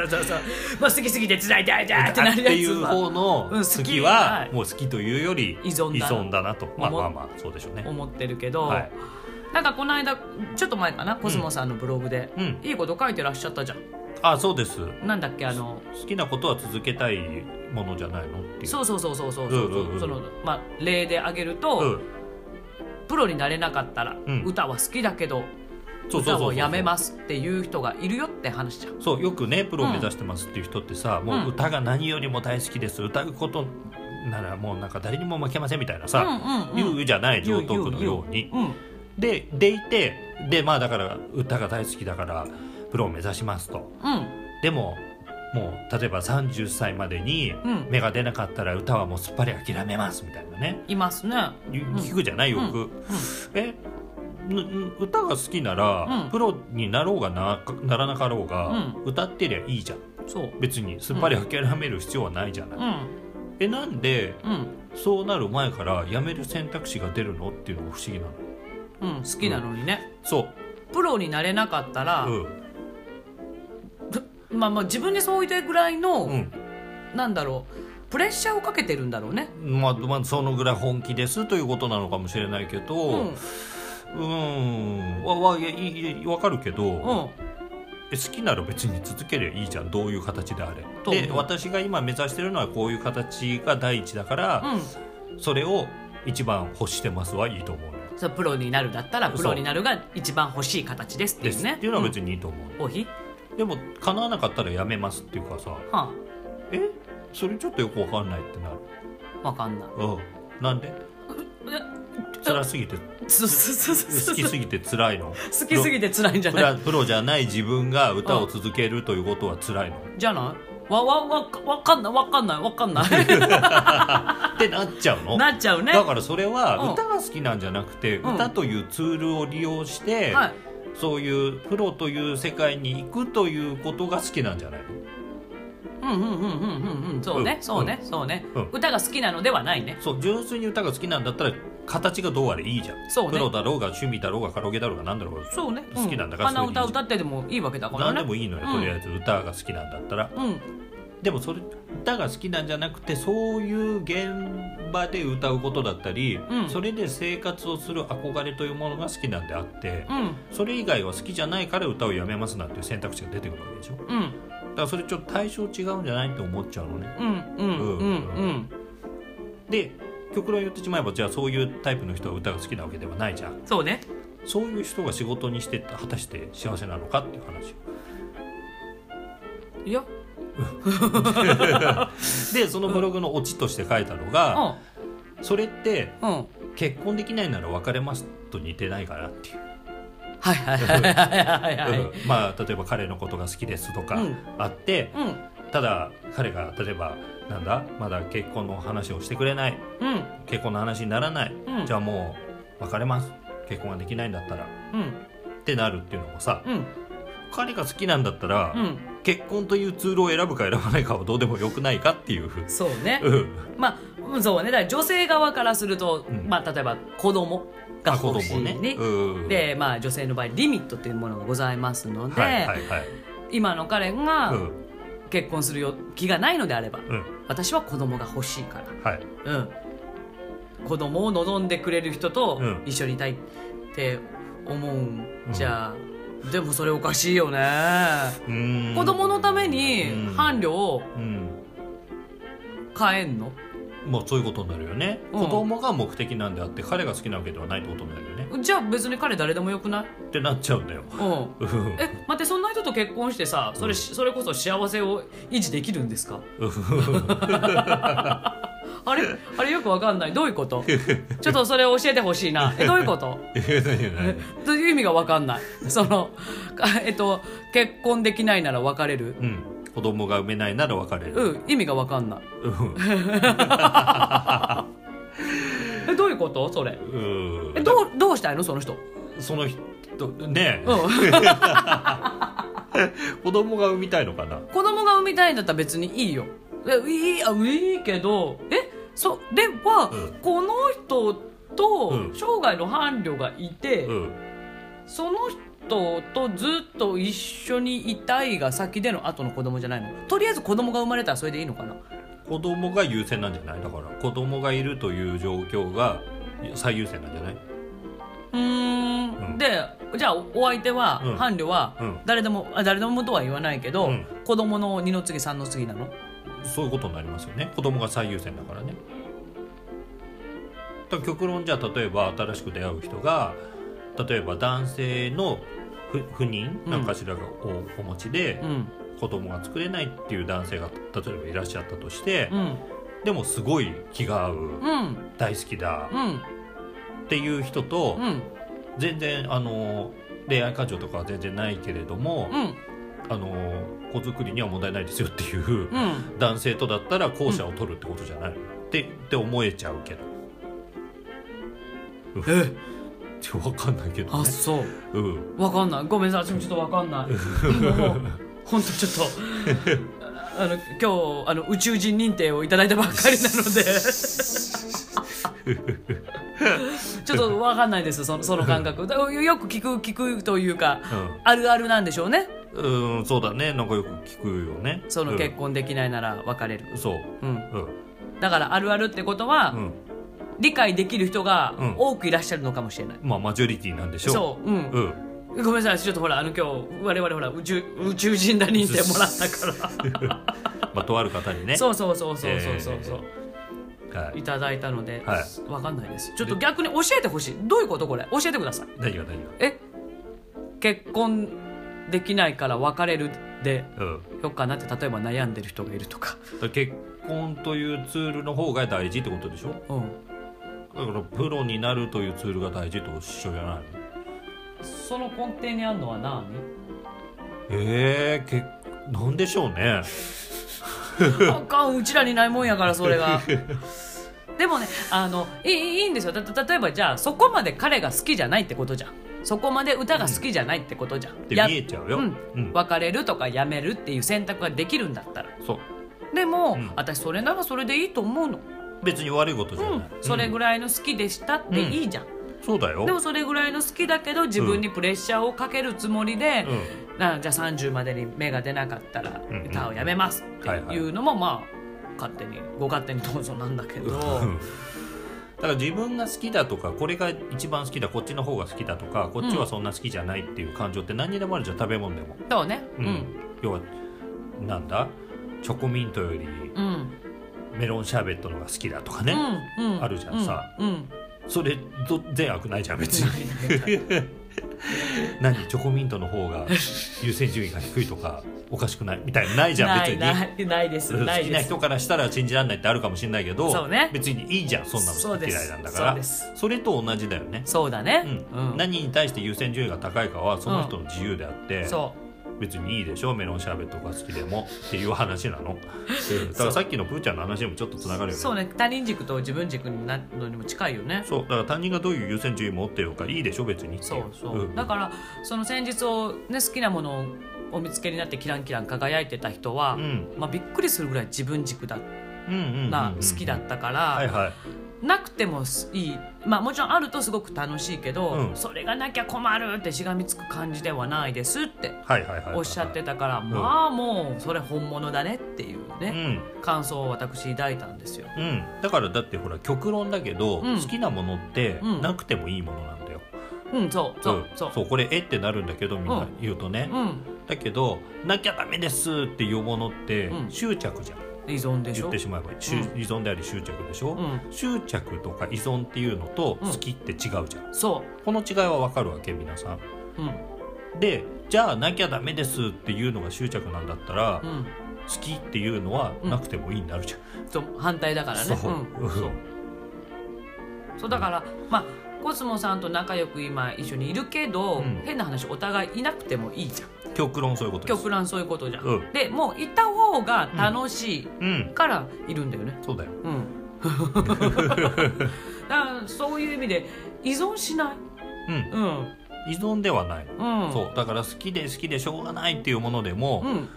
S2: そうそう
S1: まあ好きすぎて辛い辛い辛いって
S2: あ
S1: な
S2: って
S1: るや
S2: い
S1: つ
S2: う
S1: は
S2: 方の
S1: うん
S2: 好
S1: 好
S2: き
S1: き
S2: は
S1: は
S2: もう好きというより
S1: 依存だ
S2: なとまあまあまあそうでしょうね
S1: 思ってるけど、
S2: はい
S1: なんかこの間ちょっと前かなコスモさんのブログで、
S2: うん
S1: いいこと書いてらっしゃったじゃん
S2: あそうです
S1: なんだっけあの
S2: 好きなことは続けたいものじゃないのっていう
S1: そううそうそうそうそうそう,、
S2: うんうんうん
S1: そのまあ例で挙げると、
S2: うん
S1: プロになれなかったら、
S2: うん
S1: 歌は好きだけど
S2: そうそうそう
S1: 歌をやめますすっていう人がいるよって話じゃん
S2: そうよくねプロを目指してますっていう人ってさ、もう歌が何よりも大好きです歌うことならもうなんか誰にも負けませんみたいなさ、
S1: うんうんうん
S2: 言うじゃない
S1: 言
S2: 上
S1: う
S2: 等句のように
S1: うん
S2: ででいてでまあだから歌が大好きだからプロを目指しますと
S1: うん
S2: でももう例えば30歳までに
S1: うん
S2: 芽が出なかったら歌はもうすっぱり諦めますみたいなね
S1: いますね
S2: ゆ聞くじゃないよく、えぬぬ歌が好きなら、
S1: うん
S2: プロになろうがなならなかろうが、歌ってりゃいいじゃん
S1: そう
S2: 別にすっぱり諦める必要はないじゃない、
S1: うん
S2: えなんで
S1: うん
S2: そうなる前からやめる選択肢が出るのっていうのが不思議なの
S1: うん好きなのにね、
S2: そう
S1: プロになれなかったら、
S2: うん
S1: まあまあ自分にそう言いたいぐらいの、
S2: うん
S1: なんだろうプレッシャーをかけてるんだろうね
S2: まあ、まあそのぐらい本気ですということなのかもしれないけ
S1: うん
S2: どうんんわわいやいいいやわかるけど、
S1: うん
S2: え好きなら別に続けりゃいいじゃんどういう形であれ
S1: そう
S2: で私が今目指してるのはこういう形が第一だから、
S1: うん
S2: それを一番欲してますはいいと思うの
S1: そうプロになるだったら
S2: そう
S1: プロになるが一番欲しい形ですって
S2: で
S1: いう
S2: す
S1: ね
S2: っていうのは
S1: に、
S2: 別にいいと思う、
S1: うん、おひ
S2: でも叶わなかったらやめますっていうかさ
S1: は
S2: えそれちょっとよくわかんないってなる
S1: あわかんない
S2: うんなんで辛すぎ て好
S1: そうそうそうそう
S2: きすぎて辛いの
S1: 好きすぎて辛いんじゃ
S2: プ
S1: な
S2: ラ
S1: い
S2: プロじゃない自分が歌を続けるということは辛いの
S1: じゃないわわわわかんないわかんないわか んない
S2: ってなっちゃうの
S1: なっちゃうね
S2: だからそれ
S1: うん
S2: は歌が好きなんじゃなくて、
S1: うん
S2: 歌というツールを利用して、
S1: はい、
S2: そういうプロという世界に行くということが好きなんじゃないの
S1: うんうんうんうんうんうんそうね、
S2: うん
S1: そうね、そうね、
S2: うん
S1: 歌が好きなのではないね
S2: そう純粋に歌が好きなんだったら形がどうあれいいじゃん
S1: そうね
S2: プロだろうが趣味だろうがカラオケだろうが何だろうが
S1: そうね
S2: 好きなんだから
S1: 鼻
S2: それで
S1: 歌
S2: いい
S1: 歌ってでもいいわけだから
S2: 何
S1: ね
S2: でもいいのよ、
S1: うん
S2: とりあえず歌が好きなんだったら
S1: うん
S2: でもそれ歌が好きなんじゃなくてそういう現場で歌うことだったり、
S1: うん
S2: それで生活をする憧れというものが好きなんであって、
S1: うん
S2: それ以外は好きじゃないから歌をやめますなんていう選択肢が出てくるわけでしょだ
S1: うん
S2: からそれちょっと対象違うんじゃないって思っちゃうのね
S1: うんうんうんうん
S2: で極論言ってしまえばじゃあそういうタイプの人は歌が好きなわけではないじゃん
S1: そうね
S2: そういう人が仕事にして果たして幸せなのかっていう話
S1: いや
S2: でそのブログのオチとして書いたの
S1: う
S2: が、
S1: ん
S2: それって
S1: うんはい
S2: 結婚できないなら別れますと似てないからっていう、
S1: はいはいはいはいはい
S2: うんまあ例えば彼のことが好きですとか
S1: うん
S2: あって、
S1: うん
S2: ただ彼が例えばなんだまだ結婚の話をしてくれない
S1: うん
S2: 結婚の話にならない、
S1: うん
S2: じゃあもう別れます結婚ができないんだったら
S1: うん
S2: ってなるっていうのもさ
S1: うん
S2: 彼が好きなんだったら、
S1: うん
S2: 結婚というツールを選ぶか選ばないかはどうでもよくないかっていうふう
S1: そうね
S2: うん
S1: まあうんそうねだから女性側からすると
S2: うん
S1: まあ例えば子供が欲しい
S2: あ子供ね
S1: ね
S2: うん
S1: でまあ女性の場合リミットというものがございますの
S2: はい
S1: で
S2: はいはい
S1: 今の彼
S2: う
S1: が
S2: ん
S1: 結婚するよ気がないのであれば
S2: うん
S1: 私は子供が欲しいから
S2: はい
S1: うん、子供を望んでくれる人と
S2: うん
S1: 一緒にいたいって思うん
S2: うん
S1: じゃあ、でもそれおかしいよね
S2: うーん
S1: 子供のために
S2: うん
S1: 伴侶を
S2: うん
S1: 変えんの
S2: もうそういうことになるよね、
S1: うん
S2: 子供が目的なんであって彼が好きなわけではないってことになるよね
S1: じゃあ別に彼誰でもよくない
S2: ってなっちゃうんだよ
S1: うん
S2: うん
S1: え待ってそんな人と結婚してさそれ,、それこそ幸せを維持できるんですか あれあれよくわかんないどういうことちょっとそれ教えてほしいなえどういうこと
S2: え何何
S1: という意味がわかんないその、 かえっと、結婚できないなら別れる
S2: うん子供が産めないなら別れる、
S1: うん意味がわかんない
S2: うん
S1: えどういうことそれ
S2: うん
S1: えどうどうしたいのその人
S2: その人ねえ、
S1: うん
S2: 子供が産みたいのかな
S1: 子供が産みたいんだったら別にいいよえいいあいいけどえそでは、
S2: うん
S1: この人
S2: うん
S1: と生涯の伴侶がいて、
S2: うん
S1: その人とずっと一緒にいたいが先での後の子供じゃないのとりあえず子供が生まれたらそれでいいのかな
S2: 子供が優先なんじゃないだから子供がいるという状況が最優先なんじゃないう
S1: ーん、
S2: うん
S1: でじゃあお相手は、
S2: うん
S1: 伴侶は、
S2: うん
S1: 誰でもあ誰でもとは言わないけど、
S2: うん
S1: 子供の二の次三の次なの
S2: そういうことになりますよね子供が最優先だからねだから極論じゃあ例えば新しく出会う人が例えば男性の不不妊
S1: うん
S2: なんかしらがおお持ちで
S1: うん
S2: 子供が作れないっていう男性が例えばいらっしゃったとして
S1: うん
S2: でもすごい気が合う
S1: うん
S2: 大好きだ
S1: うん
S2: っていう人と
S1: うん
S2: 全然あの恋愛感情とかは全然ないけれども
S1: うん
S2: あの子作りには問題ないですよっていう
S1: うん
S2: 男性とだったら後者を取るってことじゃない、ってって思えちゃうけど
S1: え
S2: ちょわかんないけど
S1: あ
S2: ね
S1: そう
S2: うん
S1: わかんないごめんなさい私もちょっとわかん ないもうほんとちょっとあの今日あの宇宙人認定をいただいたばっかりなの でちょっとわかんないですそのその感覚だよく聞く聞くというか、
S2: うん
S1: あるあるなんでしょうね
S2: うんそうだねなんかよく聞くよね
S1: その結
S2: 構、
S1: 婚できないなら別れる、
S2: うんそう
S1: うん、
S2: うん
S1: だからあるあるってことは、
S2: うん
S1: 理解できる人が
S2: うん
S1: 多くいらっしゃるのかもしれない、
S2: まあマジョリティなんでしょ
S1: そううん、
S2: うん
S1: ごめんなさいちょっとほらあの今日我々ほら宇宙宇宙人だ認定もらったか
S2: まあとある方にね
S1: らそうそうそうそうそうそうそう、
S2: はい
S1: いただいたので、
S2: は
S1: わかんないですちょっと逆に教えてほしいどういうことこれ教えてください
S2: 何が何が
S1: え結婚できないから別れるで
S2: うん
S1: よっかなって例えば悩んでる人がいるとか
S2: だから結婚というツールの方が大事ってことでしょ
S1: うん
S2: だからプロになるというツールが大事と一緒じゃないの
S1: その根底にあるのは何
S2: ええけなんでしょうね
S1: あかんうちらにないもんやからそれがでもねあのいいいいんですよたた例えばじゃあそこまで彼が好きじゃないってことじゃんそこまで歌が好きじゃないってことじゃん、
S2: って
S1: や
S2: 見えちゃうよ
S1: うん
S2: うん
S1: 別れるとかやめるっていう選択ができるんだったら
S2: そう
S1: でも、
S2: うん
S1: 私それならそれでいいと思うの、
S2: 別に悪いことじゃ
S1: う
S2: ない、
S1: ん、それぐらいの好きでしたっていいじゃん、
S2: そうだよ
S1: でもそれぐらいの好きだけど自分にプレッシャーをかけるつもりで、
S2: う
S1: なじゃあ30までに目が出なかったら
S2: んうん
S1: 歌をやめますっていうのもまあ勝手にご勝手にどうぞなんだけど
S2: うんだから自分が好きだとかこれが一番好きだこっちの方が好きだとかこっちはそんな好きじゃないっていう感情って何にでもあるじゃん食べ物でも、
S1: そうね
S2: うん要はなんだチョコミントより
S1: うんうん
S2: メロンシャーベットのが好きだとかね、
S1: うんうん
S2: あるじゃんさ
S1: うんうん
S2: それど善悪ないじゃん 別に何チョコミントの方が優先順位が低いとかおかしくないみたいなのない じゃん
S1: な
S2: 別
S1: い
S2: に
S1: ないないです
S2: うん
S1: な
S2: 好
S1: い
S2: き
S1: で
S2: な
S1: す
S2: 人からしたら信じられないってあるかもしれないけど
S1: そうね
S2: 別にいいじゃんそんな
S1: そ
S2: の
S1: う
S2: 好き
S1: です
S2: 嫌いなんだから
S1: そう
S2: そ
S1: です
S2: れと同じだよね、
S1: そうだ
S2: う
S1: ね
S2: ん
S1: うん
S2: 何に対して優先順位が高いかはその人の自由であって、
S1: そ
S2: 別にいいでしょメロンシャーベットが好きでもっていう話なの、うんだからさっきのプーちゃんの話にもちょっとつながる
S1: う
S2: よね
S1: そうね他人軸と自分軸になるのにも近いよね
S2: そうだから他人がどういう優先順位持ってようかいいでしょ別にってい
S1: そうそう、
S2: ん
S1: だからその先日を、ね、好きなものをお見つけになってキランキラン輝いてた人は、
S2: うん
S1: まあ、びっくりするぐらい自分軸だ
S2: うんうんうんうん
S1: な好きだったから、
S2: はいはい
S1: なくてもすいい、まあ、もちろんあるとすごく楽しいけど、
S2: うん
S1: それがなきゃ困るってしがみつく感じではないですって
S2: はいはいはいはい
S1: おっしゃってたから、
S2: ん
S1: まあもうそれ本物だねっていう
S2: う
S1: ね、
S2: ん
S1: 感想を私抱いたんですよ。
S2: うん、だからだってほら極論だけど、
S1: うん
S2: 好きなものって
S1: うん
S2: なくてもいいものなんだよ、
S1: うん、そうそう
S2: うん
S1: そう。
S2: これえってなるんだけどみん
S1: う
S2: なん言うとね、
S1: うん、
S2: だけどなきゃダメですっていうものって
S1: うん
S2: 執着じゃん、
S1: 依存でし
S2: 言っ
S1: ょ
S2: て。しまえば、しゅ
S1: うん
S2: 依存であり執着でしょ、
S1: うん
S2: 執着とか依存っていうのと
S1: うん
S2: 好きって違うじゃん、
S1: そ
S2: この違いはわかるわけ皆さん
S1: う、うん
S2: でじゃあなきゃダメですっていうのが執着なんだったら、
S1: うん、
S2: 好きっていうのはなくてもいいになるじゃん、
S1: そう反対だからね。
S2: そう、
S1: うん
S2: うん
S1: そうそうだから、まあコスモさんと仲良く今一緒にいるけど、
S2: うん
S1: 変な話お互いいなくてもいいじゃん。
S2: 極論そういうことです
S1: 極論そういうことじゃん、
S2: うん
S1: でもういた方が楽し
S2: うん
S1: いからいるんだよね
S2: そうだよ
S1: うん だからそういう意味で依存しない
S2: うん
S1: うん
S2: 依存ではない、
S1: うん
S2: そうだから好きで好きでしょうがないっていうものでも、
S1: うん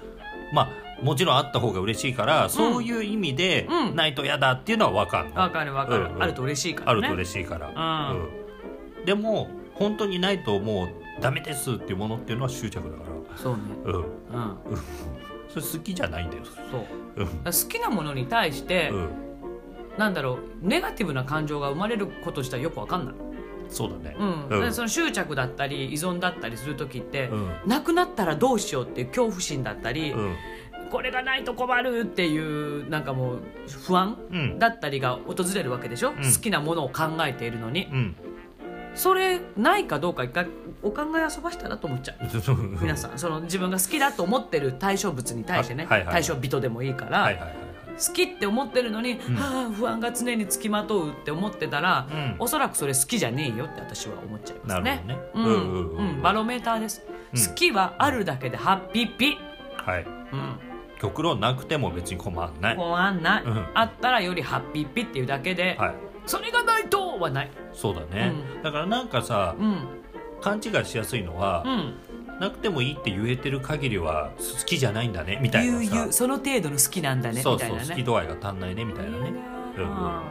S2: まあもちろんあった方が嬉しいから、そういう意味で
S1: うん
S2: ないと嫌だっていうのは分かるの
S1: わかるわかる、
S2: うんうん
S1: あると嬉しいか
S2: あ
S1: らね
S2: る
S1: しい
S2: と嬉しいから、
S1: うん
S2: うんでも本当にないともうダメですっていうものっていうのは執着だか
S1: そうね
S2: ら、うん、
S1: うん
S2: それ好きじゃないんだよ、
S1: そう
S2: う
S1: だ
S2: ん
S1: から好きなものに対して、
S2: うん、
S1: なんだろうネガティブな感情が生まれること自体よくわかんない、
S2: そうだね、
S1: うん
S2: う
S1: だから
S2: ん
S1: その執着だったり依存だったりする時って、
S2: うん
S1: なくなったらどうしようっていう恐怖心だったり、
S2: うん
S1: これがないと困るっていうなんかもう不安
S2: うん
S1: だったりが訪れるわけでしょ、好きなものを考えているのに、
S2: うん
S1: それないかどうか一回お考え遊ばしたらと思っちゃう皆さんその自分が好きだと思ってる対象物に対してね、
S2: はいはいはい
S1: 対象人でもいいから、
S2: はいはいはい
S1: 好きって思ってるのに、はあ不安が常につきまとうって思ってたら、
S2: うん
S1: おそらくそれ好きじゃねえよって私は思っちゃいますね。
S2: なるほ
S1: うん
S2: どねうんうんうん
S1: うんバロメーターです、
S2: うん
S1: 好きはあるだけでハッピーピ、
S2: はい、はい、
S1: うん、
S2: 極論なくても別に困んない、
S1: 困んない、
S2: うん
S1: あったらよりハッピーピっていうだけで、
S2: はい
S1: それがないとはない
S2: そうだね、
S1: う
S2: だからなんかさ、
S1: うん
S2: 勘違いしやすいのは
S1: う、ん
S2: なくてもいいって言えてる限りは好きじゃないんだねみたい
S1: ゆう
S2: な
S1: ゆ
S2: さ
S1: うその程度の好きなんだね
S2: そう
S1: みたい
S2: そう
S1: な
S2: 好
S1: ね
S2: き度合いが足んないねみたいなね
S1: いい
S2: うん
S1: な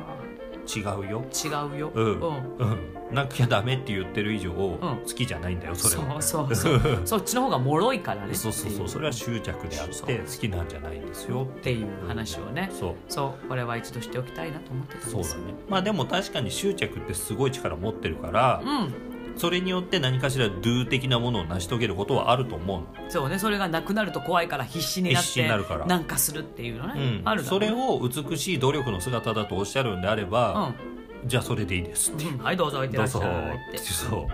S2: 違うよ
S1: あ違うよ、
S2: うん
S1: う
S2: うんなきゃダメって言ってる以上、好きじゃないんだよそれ
S1: そ
S2: は
S1: うそうそう そっちの方が脆いからね
S2: そうそうそうそれは執着であっ
S1: そ
S2: て
S1: う
S2: 好きなんじゃないんですよ
S1: っていう話をね
S2: そう
S1: そうこれは一度しておきたいなと思ってたん
S2: そう
S1: で
S2: だ
S1: す
S2: ねまあでも確かに執着ってすごい力持ってるから、
S1: うん
S2: それによって何かしらドゥ的なものを成し遂げることはあると思うの
S1: そうねそれがなくなると怖いから必死になって
S2: 必死になるから
S1: なんかするっていうのね、
S2: うん
S1: あるだろ
S2: そう
S1: ね
S2: れを美しい努力の姿だとおっしゃるんであれば、じゃあそれでいいですって
S1: うん、はいどうぞ 置いて
S2: ど
S1: ら
S2: う
S1: っし
S2: ぞ
S1: ゃいって
S2: そう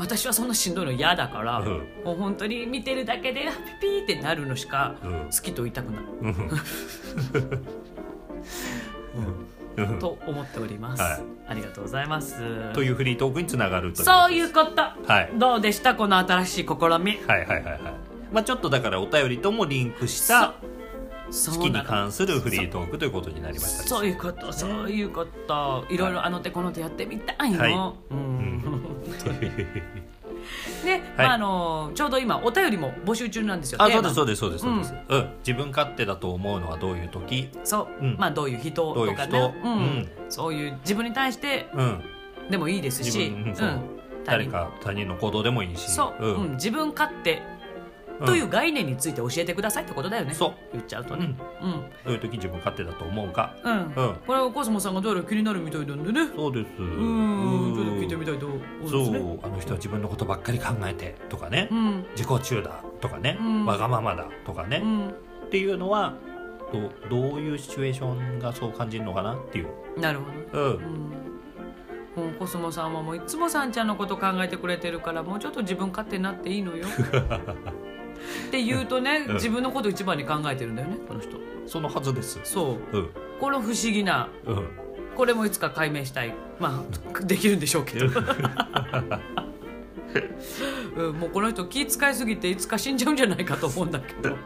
S1: 私はそんなしんどいの嫌だから、
S2: うん
S1: もう本当に見てるだけでピピーってなるのしか
S2: うん
S1: 好きと言いたくない、
S2: うんうん
S1: と思っております、
S2: はい
S1: ありがとうございます
S2: というフリートークにつながると
S1: そういうこと、
S2: はい
S1: どうでしたこの新しい試み
S2: はいはいはいはいまあちょっとだからお便りともリンクした
S1: そう
S2: 好きに
S1: なの
S2: 関するフリートークということになりました
S1: そういうことそういうこといろいろあの手この手やってみたいの、
S2: はい
S1: うんで、
S2: はい
S1: まあ、あのちょうど今お便りも募集中なんですよ
S2: あ
S1: テー
S2: そうで
S1: マ
S2: すそうですそうですそうですうん自分勝手だと思うのはどういう時
S1: そう、
S2: うん
S1: まあどういう人
S2: どうい
S1: と
S2: う
S1: か
S2: 人
S1: ねうん
S2: うん
S1: そういう自分に対して
S2: うん
S1: でもいいですし、
S2: 自分そう誰か他人の行動でもいいし
S1: そう、うん
S2: ん
S1: 自分勝手
S2: うん
S1: という概念について教えてくださいってことだよね、
S2: そう
S1: 言っちゃうとねうん
S2: どういう時自分勝手だと思うか
S1: うん、
S2: うん
S1: これはコスモさんがどうやら気になるみたいなんでねう
S2: そうですう
S1: ーんちょっと聞いてみたいと思います
S2: そ
S1: ね
S2: うあの人は自分のことばっかり考えてとかね、
S1: うん
S2: 自己中だとかね、
S1: うん
S2: わがままだとかね
S1: う、ん
S2: っていうのはどうどういうシチュエーションがそう感じるのかなっていう、
S1: なるほど、
S2: う、
S1: うんん、もうコスモさんはもういつもさんちゃんのこと考えてくれてるからもうちょっと自分勝手になっていいのよって言うとね、
S2: うん
S1: 自分のこと一番に考えてるんだよねこの人
S2: そのはずです
S1: そう
S2: うん
S1: この不思議な
S2: うん
S1: これもいつか解明したいまあできるんでしょう けど、うん、もうこの人気使いすぎていつか死んじゃうんじゃないかと思うんだけど、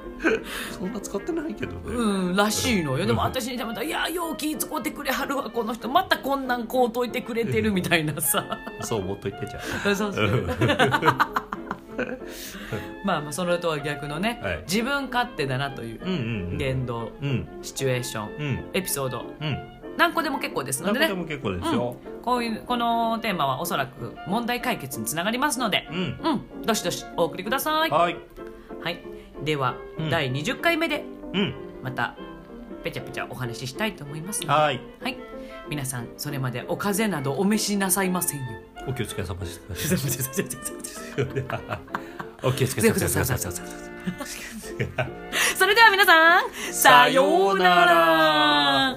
S2: そんな使ってないけどね、
S1: うん、らしいのよでも
S2: うん
S1: 私にたまたいやよう気使ってくれはるわこの人またこんなんこうといてくれてるみたいな さ
S2: そう思っといてじゃ
S1: そうそう
S2: あ、うん
S1: まあまあそれとは逆のね、
S2: はい
S1: 自分勝手だなという
S2: うんうんうん
S1: 言動
S2: うん
S1: シチュエーション
S2: うん
S1: エピソード
S2: うん
S1: 何個でも結構ですの
S2: 何
S1: で
S2: 個で
S1: ね
S2: も結構ですよ、
S1: こういうこのテーマはおそらく問題解決につながりますので、
S2: うん
S1: うん、どしどしお送りください。は
S2: はい
S1: い、では、
S2: うん
S1: 第20回目で
S2: うん
S1: またぺちゃぺちゃお話ししたいと思いますので、
S2: はい
S1: はい、皆さんそれまでお風邪などお召しなさいませんよ。
S2: お気をつけ様です
S1: お気をつ
S2: お気をつけ
S1: け
S2: 様
S1: く
S2: で
S1: ださい
S2: す
S1: それでは皆さん、さようなら。